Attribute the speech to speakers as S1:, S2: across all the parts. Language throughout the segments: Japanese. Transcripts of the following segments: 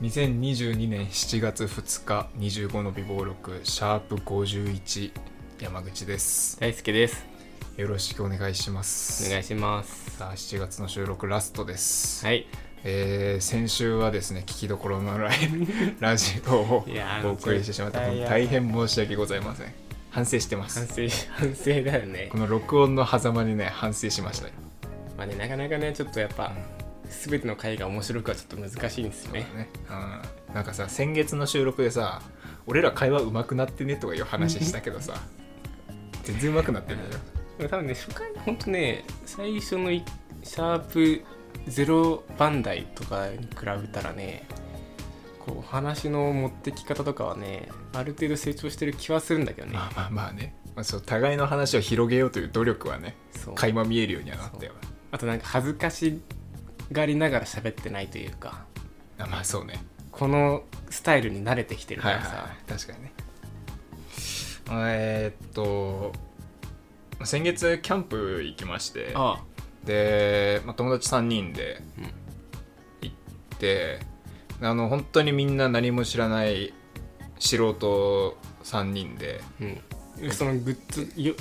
S1: 2022年7月2日25の備忘録シャープ51山口です
S2: 大輔です
S1: よろしくお願いします
S2: お願いします
S1: さあ7月の収録ラストです、
S2: はい
S1: えー先週はですね聞きどころの ないラジオを
S2: いやー
S1: お送りしてしまって
S2: 絶対やだ
S1: 大変申し訳ございません反省してま
S2: 反
S1: す
S2: 省 反省だよね
S1: この録音の狭間にね反省しましたよ
S2: まあねなかなかねちょっとやっぱ、全ての回が面白くはちょっと難しいんですよね
S1: ね、うん、なんかさ先月の収録でさ俺ら会話上手くなってねとかいう話したけど さ全然上手くなってるよ
S2: でも多分ね初回ほんとね最初のいシャープ0番台とかに比べたらねこう話の持ってき方とかはねある程度成長してる気はするんだけどね
S1: まあまあまあね、まあ、そう互いの話を広げようという努力はね
S2: そう
S1: 垣間見えるようにはなったよ
S2: あとなんか恥ずかしがりながら喋ってないというか
S1: あまあそうね
S2: このスタイルに慣れてきてるか
S1: はいは
S2: ら
S1: い
S2: さ、
S1: はい確かにねえーっと先月キャンプ行きまして
S2: あ
S1: で、まあ、友達3人で
S2: うん
S1: 行って、あの本当にみんな何も知らない素人3人で
S2: あうんそのグッズよ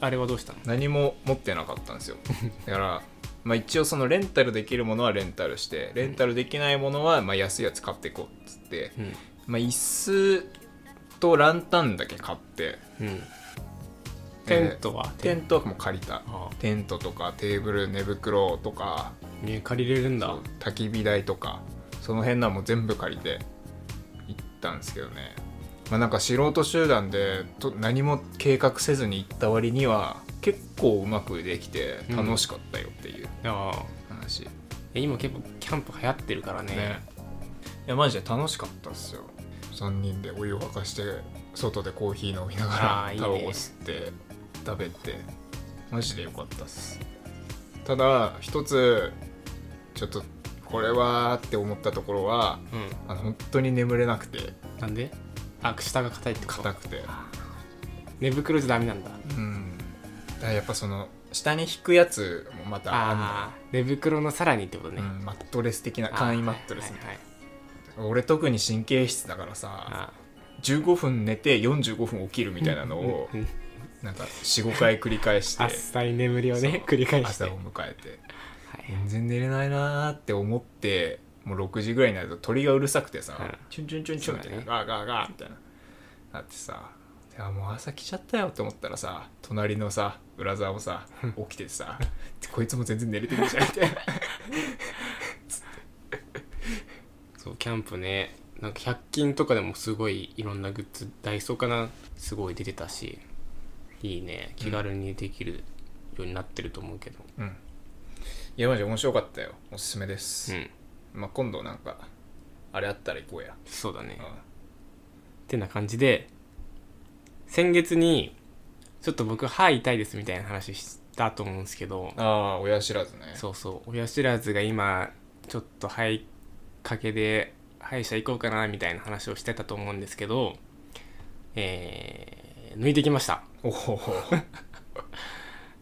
S2: あれはどうしたの
S1: 何も持ってなかったんですよ だから、まあ、一応そのレンタルできるものはレンタルしてレンタルできないものはまあ安いやつ買っていこうっつって、
S2: うん
S1: まあ、椅子とランタンだけ買って
S2: うんテントは、
S1: テントも借りた
S2: あ
S1: テントとかテーブル寝袋とか
S2: あね借りれるんだ
S1: 焚き火台とかその辺のはもう全部借りて行ったんですけどねまあなんか素人集団でと何も計画せずに行った割には結構うまくできて楽しかったよっていう
S2: ああ
S1: 話、
S2: え今結構キャンプ流行ってるからね
S1: ねいやマジで楽しかったっすよ3人でお湯を沸かして外でコーヒー飲みな
S2: あ
S1: が
S2: ーい
S1: ら
S2: いね
S1: タバコ吸って食べてマジでよかったっすただ一つちょっとこれはーって思ったところは
S2: う
S1: あの本当に眠れなくて
S2: んなんであ下が硬いってこと
S1: 硬くて
S2: 寝袋じゃダメなんだ
S1: うんだからやっぱその下に引くやつもまたあんの
S2: ああ寝袋のさらにってことね、
S1: うんマットレス的な
S2: ああ
S1: 簡易マットレスみ
S2: はい
S1: たい
S2: はいは
S1: な
S2: い
S1: 俺特に神経質だからさ
S2: あ
S1: 15分寝て45分起きるみたいなのを
S2: あうん
S1: なんか45回繰り返して
S2: 浅い眠りを
S1: そう
S2: ね繰り返して
S1: 朝
S2: はい
S1: を迎えて
S2: はい
S1: 全然寝れないなーって思ってもう6時ぐらいになると鳥がうるさくてさ、
S2: うん
S1: チュンチュンチュンチュンみたいな、
S2: そうだ
S1: ガーガーガーみたいななってさいやもう朝来ちゃったよって思ったらさ隣のさ裏沢もさ起きててさこいつも全然寝れてるじゃん みたいな
S2: そうキャンプねなんか100均とかでもすごいいろんなグッズダイソーかなすごい出てたしいいね気軽にできるようになってると思うけど
S1: うんいやマジ面白かったよおすすめで
S2: う
S1: す、
S2: ん
S1: まあ、今度なんかあれあったら行こうや、
S2: そうだね
S1: うん
S2: ってな感じで先月にちょっと僕歯痛いですみたいな話したと思うんですけど
S1: ああ親知らずね
S2: そうそう親知らずが今ちょっと肺かけで歯医者行こうかなみたいな話をしてたと思うんですけどえー抜いてきました
S1: おお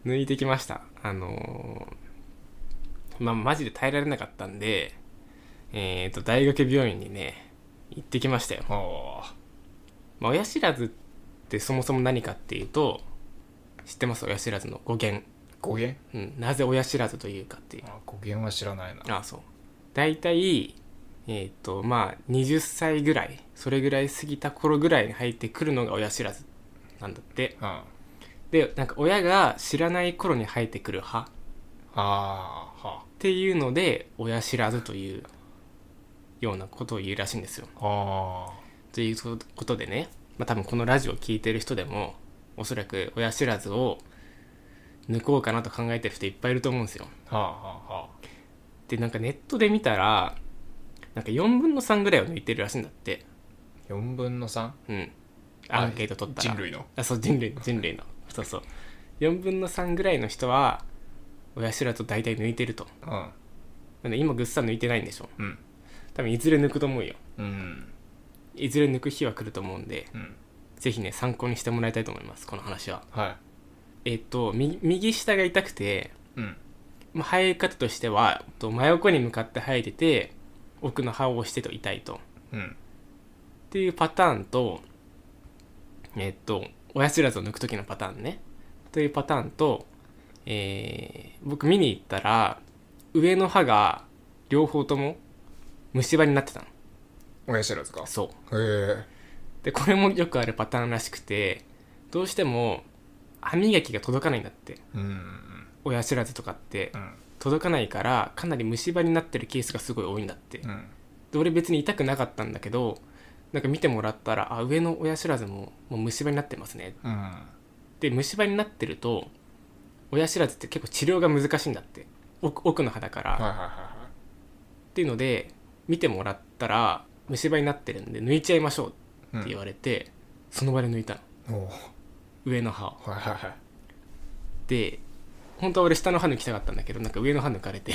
S2: 抜いてきましたあのーまあマジで耐えられなかったんでえっ、と大学病院にね行ってきましたよ、
S1: あ
S2: まあ、親知らずってそもそも何かっていうと知ってます親知らずの語源、
S1: 語源
S2: うん、なぜ親知らずというかっていう
S1: あ語源は知らないな
S2: あそう大体えっ、とまあ20歳ぐらいそれぐらい過ぎた頃ぐらいに入ってくるのが親知らずなんだって
S1: うん
S2: でなんか親が知らない頃に生えてくる歯
S1: ああは
S2: っていうので親知らずというようなことを言うらしいんですよ。
S1: あ
S2: ということでね、まあ、多分このラジオを聞いてる人でもおそらく親知らずを抜こうかなと考えてる人いっぱいいると思うんですよ。
S1: あはあはあは
S2: でなんかネットで見たらなんか4分の3ぐらいを抜いてるらしいんだって、
S1: あ4分の 3?
S2: うん、アンケート取ったら
S1: 人類の
S2: あそう人類人類のそうそう4分の3ぐらいの人は親知らずを大体抜いてると
S1: うん
S2: なんで今ぐっさん抜いてないんでしょ
S1: うん
S2: 多分いずれ抜くと思うよ
S1: うん
S2: いずれ抜く日は来ると思うんで、
S1: うん
S2: ぜひね、参考にしてもらいたいと思います、この話は。
S1: はい
S2: えっと、み右下が痛くて、
S1: うん
S2: まあ、生え方としては、えっと真横に向かって生えてて、奥の歯を押してと痛いと。
S1: うん
S2: っていうパターンとえっと親知らずを抜く時のパターンねというパターンと、えー僕見に行ったら上の歯が両方とも虫歯になってたの
S1: 親知らずかへ
S2: そう
S1: え
S2: でこれもよくあるパターンらしくてどうしても歯磨きが届かないんだって
S1: うん
S2: 親知らずとかって
S1: うん
S2: 届かないからかなり虫歯になってるケースがすごい多いんだって
S1: うん
S2: で俺別に痛くなかったんだけどなんか見てもらったらあ上の親知らずももう虫歯になってますね
S1: うん
S2: で虫歯になってると親知らずって結構治療が難しいんだって奥奥の歯だから、
S1: はいは
S2: っ
S1: いはいはい
S2: ていうので見てもらったら虫歯になってるんで抜いちゃいましょうって言われて、その場で抜いたの
S1: おお
S2: 上の歯を
S1: はいはいはい
S2: で本当は俺下の歯抜きたかったんだけどなんか上の歯抜かれて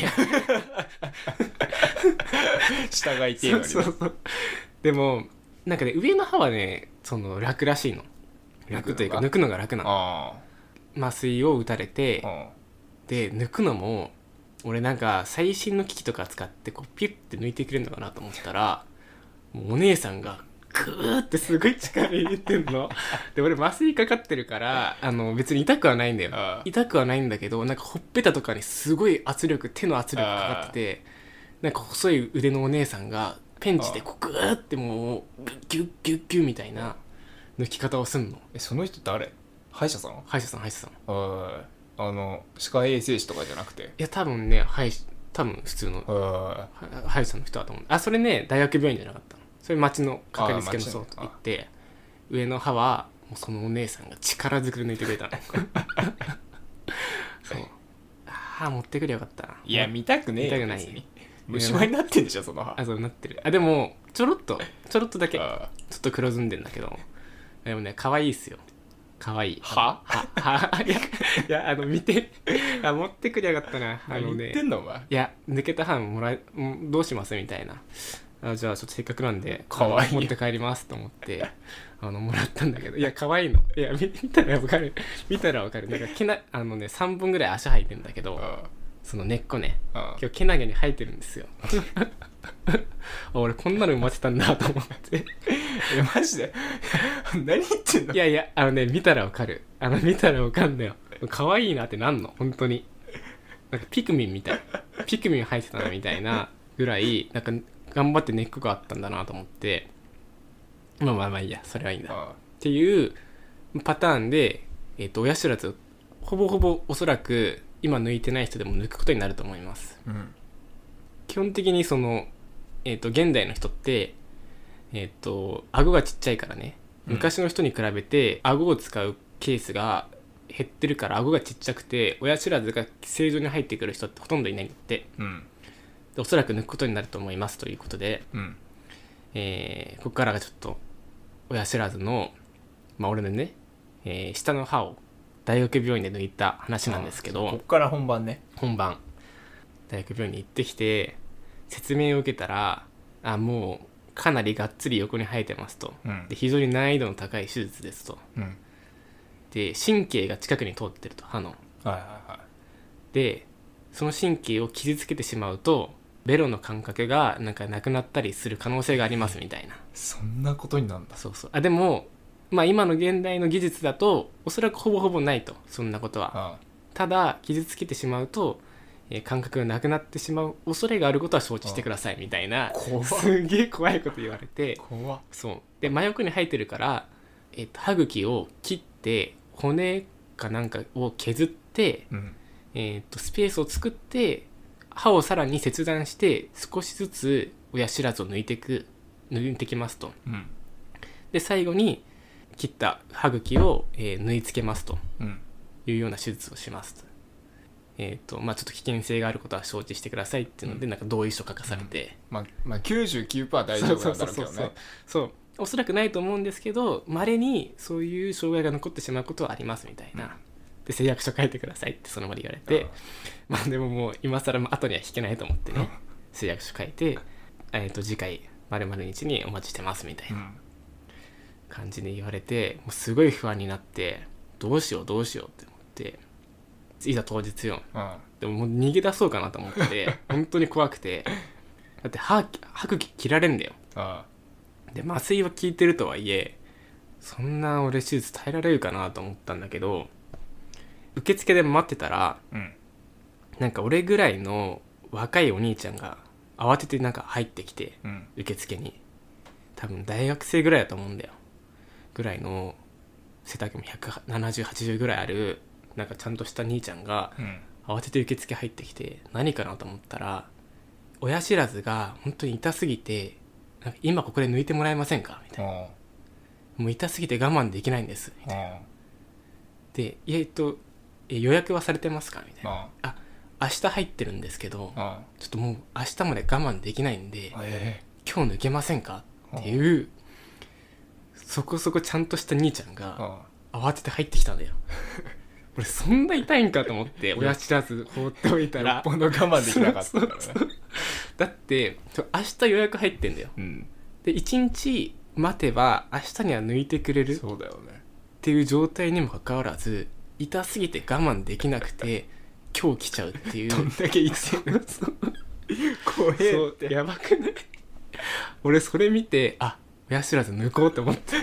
S1: 下がいて
S2: そうそうそうでもなんかね上の歯はねその楽らしいの楽というか抜
S1: 楽
S2: くのが楽なの
S1: あ
S2: 麻酔を打たれて、
S1: あうん
S2: で抜くのも俺なんか最新の機器とか使ってこうピュッて抜いてくれるのかなと思ったらもうお姉さんがグーってすごい力入れてんので俺麻酔かかってるからあの別に痛くはないんだよ
S1: ああ
S2: 痛くはないんだけどなんかほっぺたとかにすごい圧力手の圧力かかっててなんか細い腕のお姉さんがペンチでこうグーってもうギュッギュッギュッみたいな抜き方をすんの
S1: えその人誰歯医者さん
S2: 歯医者さん歯医者さんい
S1: はいあの歯科衛生士とかじゃなくて
S2: や多分ね歯医者多分普通の
S1: は
S2: は歯医者さんの人だと思うあそれね大学病院じゃなかったのそれ町のかかりつけの人と行って上の歯はもうそのお姉さんが力ずくで抜いてくれ たのそう歯持ってくれよかったない
S1: いや見たくねえよ
S2: 見たくない
S1: 別に虫歯になってんでしょその歯
S2: あそうなってるあでもちょろっとちょろっとだけちょ
S1: あ
S2: っと黒ずんでんだけどでもね可愛いっすよ可愛い
S1: 歯
S2: 歯 歯いやいやあの見てあ持ってくれよかったなあの
S1: 何言
S2: ね
S1: ってんのお前
S2: いや抜けた歯もらえんどうしますみたいなあじゃあちょっとせっかくなんで
S1: かわいい
S2: あの持って帰りますと思ってあのもらったんだけどいや可愛いのいや見見たらわかる見たらわかるなんかけなあのね3本ぐらい足生えてんだけど
S1: あ
S2: その根っこね
S1: あ
S2: 今日けなげに生えてるんですよあ俺こんなの埋まってたんだと思って
S1: えマジで 何言ってんの
S2: いやいやあのね見たらわかるあの見たらわかんだよ可愛いなってなんの本当になんかピクミンみたいピクミン入ってたなみたいなぐらいなんか頑張って根っこがあったんだなと思ってまあまあまあいいやそれはいいんだっ
S1: あ
S2: ていうパターンで、えっと親知らずほぼほぼおそらく今抜いてない人でも抜くことになると思います
S1: うん
S2: 基本的にその、えっと現代の人って、えっと顎がちっちゃいからね
S1: うん
S2: 昔の人に比べて顎を使うケースが減ってるから顎がちっちゃくて親知らずが正常に入ってくる人ってほとんどいないんだって
S1: うん
S2: でおそらく抜くことになると思いますということで、
S1: うん
S2: えーここからがちょっと親知らずのまあ俺のね、えー下の歯を大学病院で抜いた話なんですけど、
S1: こっから本番ね
S2: 本番大学病院に行ってきて説明を受けたらあもうかなりがっつり横に生えてますと
S1: うん
S2: で非常に難易度の高い手術ですと
S1: うん
S2: で神経が近くに通ってると歯の
S1: はいはいはい
S2: でその神経を傷つけてしまうとベロの感覚がなんかなくなったりする可能性がありますみたいな
S1: そんなことになんだ
S2: そうそうあでもまあ今の現代の技術だとおそらくほぼほぼないとそんなことは
S1: あ
S2: ただ傷つけてしまうと、えー感覚がなくなってしまう恐れがあることは承知してくださいみたいな
S1: 怖っ
S2: すんげえ怖いこと言われて
S1: 怖っ
S2: そうで真横に生えてるから、えーと歯茎を切って骨かなんかを削って、
S1: うん
S2: えーとスペースを作って歯をさらに切断して少しずつ親知らずを抜いていく抜いてきますと
S1: うん
S2: で最後に切った歯茎を、えー縫い付けますと
S1: うん
S2: いうような手術をしますと。えっ、と、まあちょっと危険性があることは承知してくださいっていうので、
S1: う
S2: なんか同意書書かされて。
S1: まあまあ99%大丈夫なんだろうけど
S2: そうそうそうそう
S1: ね
S2: そう。おそらくないと思うんですけど、稀にそういう障害が残ってしまうことはありますみたいな。で、誓約書書いてくださいってその場で言われて、まあでももう今更後には引けないと思ってね、誓約書書いて、えっ、と、次回、〇〇日にお待ちしてますみたいな。
S1: うん
S2: 感じで言われてもうすごい不安になってどうしようどうしようって思っていざ当日よ
S1: うん
S2: でももう逃げ出そうかなと思って本当に怖くてだって歯歯茎切られんだよ
S1: あ
S2: で麻酔は効いてるとはいえそんな俺手術耐えられるかなと思ったんだけど受付で待ってたら
S1: あうん
S2: なんか俺ぐらいの若いお兄ちゃんが慌ててなんか入ってきて
S1: うん
S2: 受付に多分大学生ぐらいだと思うんだよぐらいの背丈も17080ぐらいあるなんかちゃんとした兄ちゃんが
S1: うん
S2: 慌てて受付入ってきて何かなと思ったら親知らずが本当に痛すぎてなんか今ここで抜いてもらえませんかみたいな
S1: あ
S2: もう痛すぎて我慢できないんです
S1: ああ
S2: で「えっとえ予約はされてますか?」みたいな
S1: あ
S2: 「明日入ってるんですけど
S1: あ
S2: ちょっともう明日まで我慢できないんで
S1: あえ
S2: 今日抜けませんか?」っていうそこそこちゃんとした兄ちゃん
S1: え
S2: が
S1: あ
S2: 慌てて入ってきた んだよ俺そんな痛いんかと思って親知らず放っておいた
S1: あよっ
S2: ら
S1: ぽど我慢できなかったからね
S2: そうそうだってそう明日予約入ってんだよ
S1: うん
S2: で1日待てば明日には抜いてくれるっ
S1: そうだよね
S2: ていう状態にもかかわらず痛すぎて我慢できなくて今日来ちゃうっていう
S1: だけ言っ
S2: そう
S1: 怖えっ
S2: そう
S1: て
S2: やばくない俺それ見てあ親知らず抜こうと思って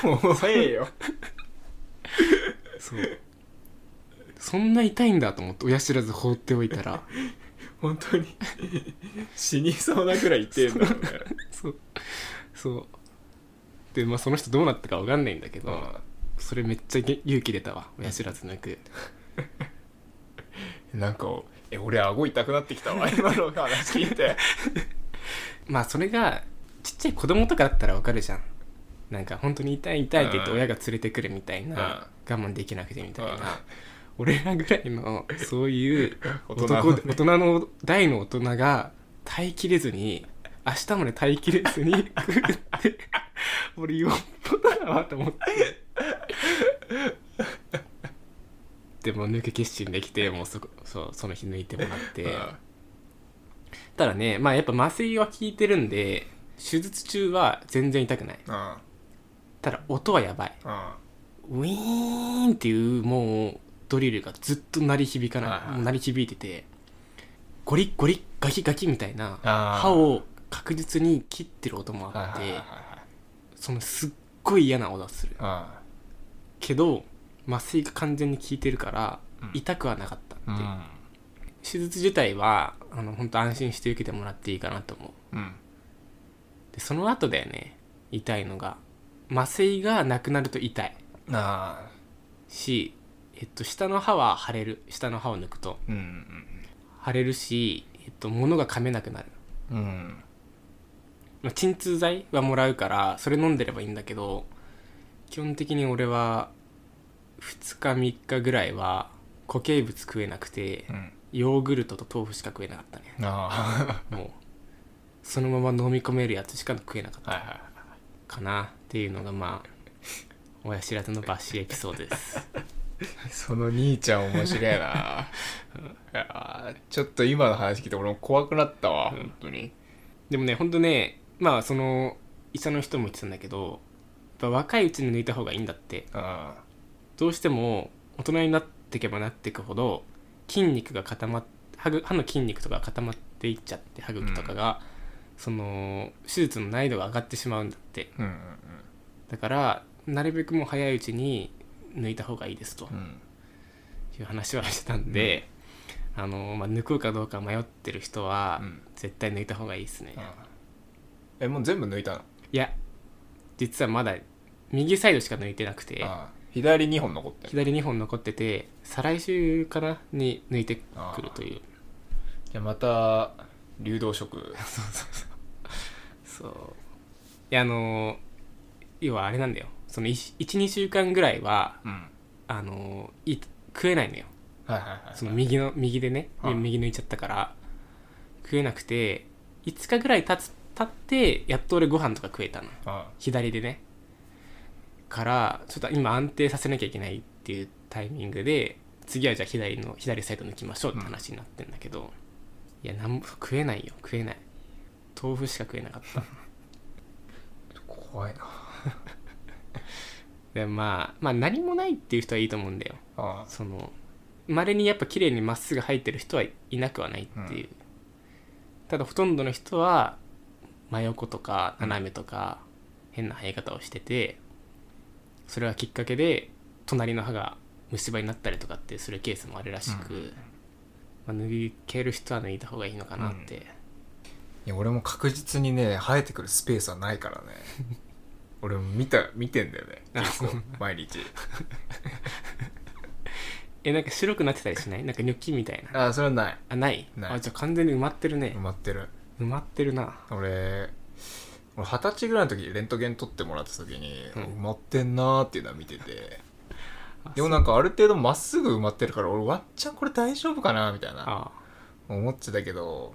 S1: 怖えよ
S2: そうそんな痛いんだと思って親知らず放っておいたら
S1: 本当に死にそうなくらい痛えんだろうね
S2: そうそうでまあその人どうなったかわかんないんだけど、それめっちゃげ勇気出たわ親知らず抜く
S1: なんかえ俺顎痛くなってきたわ今の話聞いて
S2: まあそれがちっちゃい子供とかだったらわかるじゃんなんか本当に痛い痛いって言って
S1: うん
S2: 親が連れてくるみたいな、我慢できなくてみたいな、
S1: うん
S2: 俺らぐらいのそういう
S1: 大人
S2: 男
S1: の
S2: で大人の大の大人が耐えきれずに明日まで耐えきれずに来るって俺よっぽどだなと思ってでも抜く決心できてもうそこそうその日抜いてもらってただねまあやっぱ麻酔は効いてるんで手術中は全然痛くない
S1: うんうん
S2: ただ音はやばい
S1: うん
S2: ウィーンっていうもうドリルがずっと鳴り響か
S1: はい
S2: な
S1: はい
S2: いもう鳴り響いててゴリッゴリッガキガキみたいな
S1: あー
S2: 歯を確実に切ってる音もあっ
S1: はいはいはい
S2: て
S1: はい
S2: そのすっごい嫌な音がする
S1: あ
S2: けど麻酔が完全に効いてるから
S1: うん
S2: 痛くはなかったって
S1: あ
S2: いう、手術自体はあの本当安心して受けてもらっていいかなと思う
S1: うんうん
S2: でその後だよね痛いのが麻酔がなくなると痛い
S1: ああ
S2: し、えっと、下の歯は腫れる下の歯を抜くと
S1: うん
S2: 腫れるし、えっと、物が噛めなくなる、
S1: うんうん
S2: まあ、鎮痛剤はもらうからそれ飲んでればいいんだけど基本的に俺は2日3日ぐらいは固形物食えなくて
S1: うん
S2: ヨーグルトと豆腐しか食えなかったね
S1: あ
S2: もうそのまま飲み込めるやつしか食えなかっ
S1: あはいはい
S2: たかなっていうのがまあ親知らずの抜歯エピソードです
S1: その兄ちゃん面白いないやーちょっと今の話聞いて俺も怖くなったわ、本当に
S2: でもねほんとねまあその医者の人も言ってたんだけどやっぱ若いうちに抜いた方がいいんだって
S1: あ
S2: どうしても大人になっていけばなっていくほど筋肉が固まっ歯ぐ歯の筋肉とか固まっていっちゃって歯茎とかが、その手術の難易度が上がってしまうんだって
S1: うんうん
S2: だからなるべくもう早いうちに抜いた方がいいですと
S1: うんうん
S2: いう話はしてたんで、あのまあ、抜くかどうか迷ってる人は
S1: うん
S2: 絶対抜いた方がいいですね、
S1: ああえもう全部抜いたの、
S2: いや実はまだ右サイドしか抜いてなくて
S1: ああ左2本残ってる
S2: 左2本残ってて再来週かなに抜いてくるという
S1: じゃあまた流動 食
S2: そういやあのー要はあれなんだよその12週間ぐらいは
S1: うんはい
S2: あのーい食えないのよ
S1: はいはい
S2: その右の右でね
S1: はい
S2: 右抜いちゃったから食えなくて5日ぐらい経つ経ってやっと俺ご飯とか食えたの
S1: あ
S2: 左でねからちょっと今安定させなきゃいけないっていうタイミングで次はじゃあ左の左サイド抜きましょうって話になってんだけど、いやなんも食えないよ食えない豆腐しか食えなかった
S1: あ怖いな
S2: でまあまあ何もないっていう人はいいと思うんだよ
S1: ああ
S2: そのまれにやっぱ綺麗にまっすぐ入ってる人はいなくはないっていう、ただほとんどの人は真横とか斜めとか変な生え方をしててそれがきっかけで隣の歯が虫歯になったりとかってするケースもあるらしく、まあ、抜ける人は抜いた方がいいのかなって、
S1: いや俺も確実にね生えてくるスペースはないからね 俺も見た見てんだよね結 構毎日
S2: えなんか白くなってたりしないなんかニョッキみたいな
S1: あそれはない
S2: あない
S1: ない
S2: あじゃあ完全に埋まってるね
S1: 埋まってる
S2: 埋まってるな
S1: 俺俺二十歳ぐらいの時レントゲン撮ってもらった時に、
S2: うん
S1: 埋まってんなーっていうのは見てて
S2: あ
S1: でもなんかある程度まっすぐ埋まってるから俺ワンチャンこれ大丈夫かなみたいな
S2: あ
S1: 思ってたけど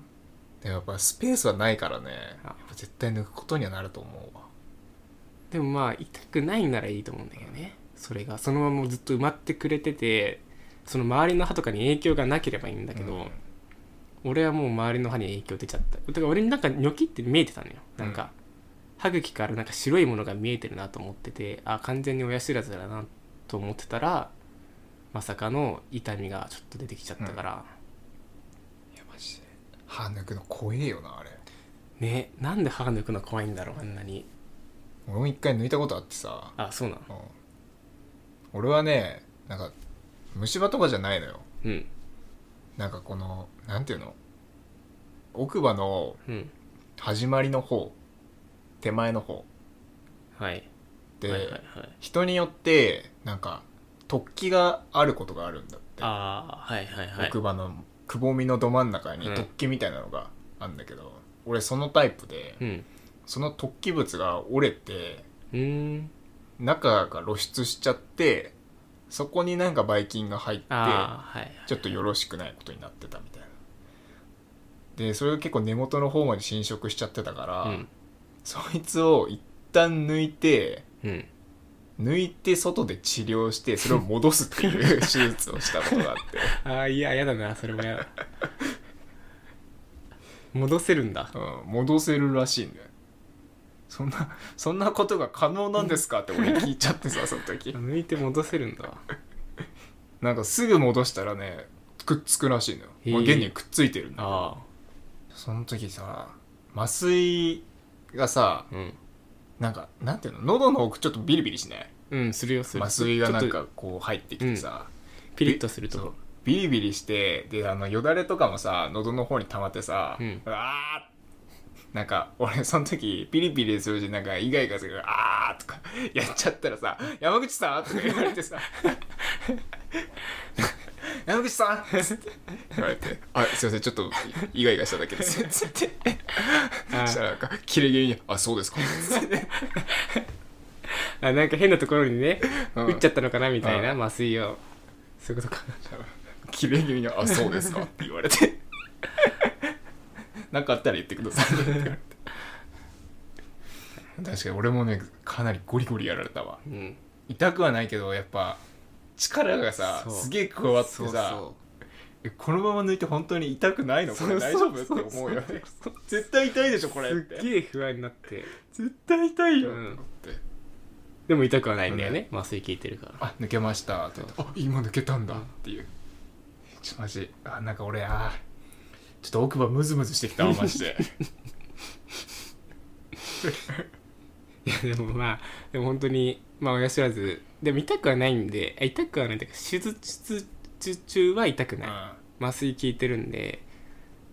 S1: でもやっぱスペースはないからね
S2: あ
S1: やっぱ絶対抜くことにはなると思うわ
S2: でもまあ痛くないならいいと思うんだけどねそれがそのままずっと埋まってくれててその周りの歯とかに影響がなければいいんだけど、
S1: うん
S2: 俺はもう周りの歯に影響出ちゃっただから俺になんかニョキって見えてたのよなんか、歯茎からなんか白いものが見えてるなと思っててあ完全に親知らずだなと思ってたらまさかの痛みがちょっと出てきちゃったから、
S1: いやマジで歯抜くの怖えよなあれ
S2: ねなんで歯抜くの怖いんだろうあんなに
S1: 俺も一回抜いたことあってさ、
S2: あそうなの
S1: うん俺はねなんか虫歯とかじゃないのよ
S2: うん
S1: なんかこのなんていうの奥歯の
S2: うん
S1: 始まりの方手前の方
S2: はい
S1: で、
S2: はいはいはい
S1: 人によってなんか突起があることがあるんだって
S2: ああはいはいはい
S1: 奥歯のくぼみのど真ん中に
S2: うん
S1: 突起みたいなのがあるんだけど、俺そのタイプで、
S2: うん
S1: その突起物が折れて
S2: うーん
S1: 中が露出しちゃってそこになんかばい菌が入って
S2: ああはいはい
S1: ちょっとよろしくないことになってたみたいなでそれが結構根元の方まで侵食しちゃってたから、
S2: うん
S1: そいつを一旦抜いて
S2: うん
S1: 抜いて外で治療してそれを戻すっていう手術をしたことがあって
S2: ああいややだなそれもやだ戻せるんだ
S1: うん、戻せるらしいんだよそんなそんなことが可能なんですかって 俺聞いちゃってさその時
S2: 抜いて戻せるんだわ
S1: なんかすぐ戻したらねくっつくらしいのよ、
S2: へえ
S1: もう現にくっついてるんだ
S2: あ
S1: その時さ麻酔がさ
S2: あうん
S1: なんかなんていうの喉の奥ちょっとビリビリしない
S2: うんするよする
S1: 麻酔がなん
S2: ちょっ
S1: かこう入ってきてさ、
S2: とピリッとすると
S1: そう
S2: こ
S1: ビリビリしてであのよだれとかもさ喉の方に溜まってさ、
S2: うん
S1: わーなんか俺その時ピリピリするしなんかイガイガするからあーとかやっちゃったらさ「山口さん?」とか言われて さ「山口さん?」っつって言われて「あすいませんちょっとイガイガしただけ です」つって
S2: あ
S1: したらなんか切れ気味に「あそうですか」つって
S2: あなんか変なところにね、
S1: うん
S2: 打っちゃったのかなみたいな麻酔をそういうことか
S1: 切れ気味に「あそうですか」って言われて 「なんかあったら言ってください」って言われて確かに俺もねかなりゴリゴリやられたわ
S2: うん
S1: 痛くはないけどやっぱ力がさ
S2: そう
S1: すげえ加わってさ
S2: そうそ
S1: えこのまま抜いて本当に痛くないのこれ
S2: そう
S1: 大
S2: そ
S1: 丈
S2: う
S1: 夫って思うよね
S2: そう
S1: 絶対痛いでしょ これっ
S2: うすってげえ不安になって
S1: 絶対痛いよっ
S2: う
S1: て
S2: ん
S1: 思って、
S2: でも痛くはないんだよね麻酔効いてるから
S1: あ抜けましたって言ってあ今抜けたんだっていうちょっとマジあなんか俺あちょっと奥歯ムズムズして きたわマジで
S2: い やでもまあでも本当にまあ親知らずでも痛くはないんであ痛くはないというか手術中は痛く
S1: う
S2: ない、
S1: ん
S2: 麻酔効いてるんで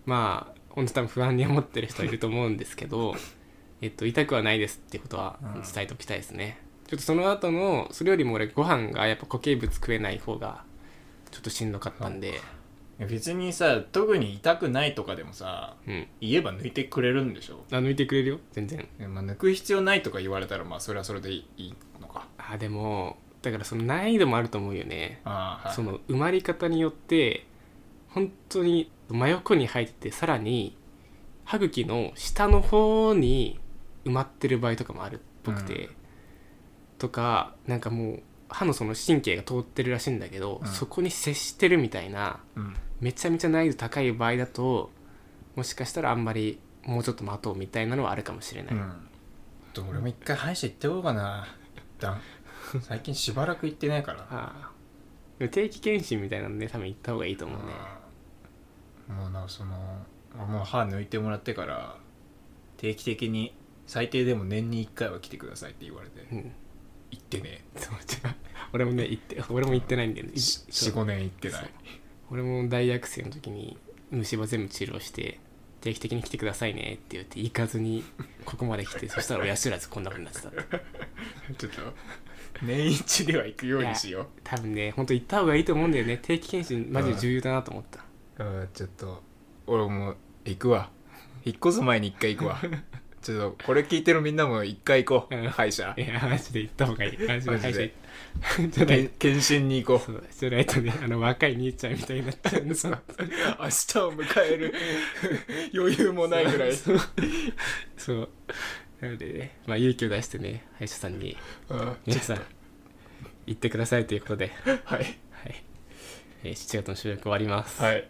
S2: まあ本当多分不安に思ってる人いると思うんですけど えっと痛くはないですってことは
S1: うん
S2: 伝えておきたいですね、ちょっとその後のそれよりも俺ご飯がやっぱ固形物食えない方がちょっとしんどかったんで
S1: いや別にさ特に痛くないとかでもさ
S2: うん
S1: 言えば抜いてくれるんでしょ、
S2: あ抜いてくれるよ全然
S1: でまあ、抜く必要ないとか言われたらまあそれはそれでいいのか
S2: あでもだからその難易度もあると思うよね
S1: ああはい
S2: その埋まり方によって本当に真横に入っててさらに歯茎の下の方に埋まってる場合とかもあるっぽくて、
S1: うん
S2: とかなんかもう歯のその神経が通ってるらしいんだけど、
S1: うん
S2: そこに接してるみたいな
S1: うん
S2: めちゃめちゃ難易度高い場合だともしかしたらあんまりもうちょっと待とうみたいなのはあるかもしれない、
S1: うんちょっと俺も一回歯医者行ってこようかな一旦最近しばらく行ってないから
S2: ああ定期検診みたいなので多分行った方がいいと思うね
S1: うんもうなんかそのもう歯抜いてもらってから定期的に最低でも年に1回は来てくださいって言われて
S2: うん
S1: 行ってね
S2: そう違う俺もね行って俺も行ってないんだよねいそう
S1: 45年行ってない
S2: 俺も大学生の時に虫歯全部治療して定期的に来てくださいねって言って行かずにここまで来 てそしたら親知らずこんなふうになってたって
S1: ちょっと年一では行くようにしよ
S2: 多分ねほんと行った方がいいと思うんだよね定期検診マジで重要だなと思った、
S1: ううんちょっと俺も行くわ引っ越す前に1回 行くわちょっとこれ聞いてるみんなも1回行こ
S2: うん
S1: う歯医 者
S2: いやマジで行った方がいいマジで
S1: マ
S2: 会
S1: ジ
S2: 社
S1: で
S2: 行っじゃない
S1: けん検診に行こう
S2: そうじゃないとねあの若い兄ちゃんみたいになっちゃうんでそう
S1: 明日を迎える 余裕 もないぐ らい
S2: そうそうなのでねまあ勇気を出してね歯医者さんに
S1: うん
S2: 皆さん行ってくださいということで
S1: はい
S2: はい、えー7月の収録終わります。
S1: はい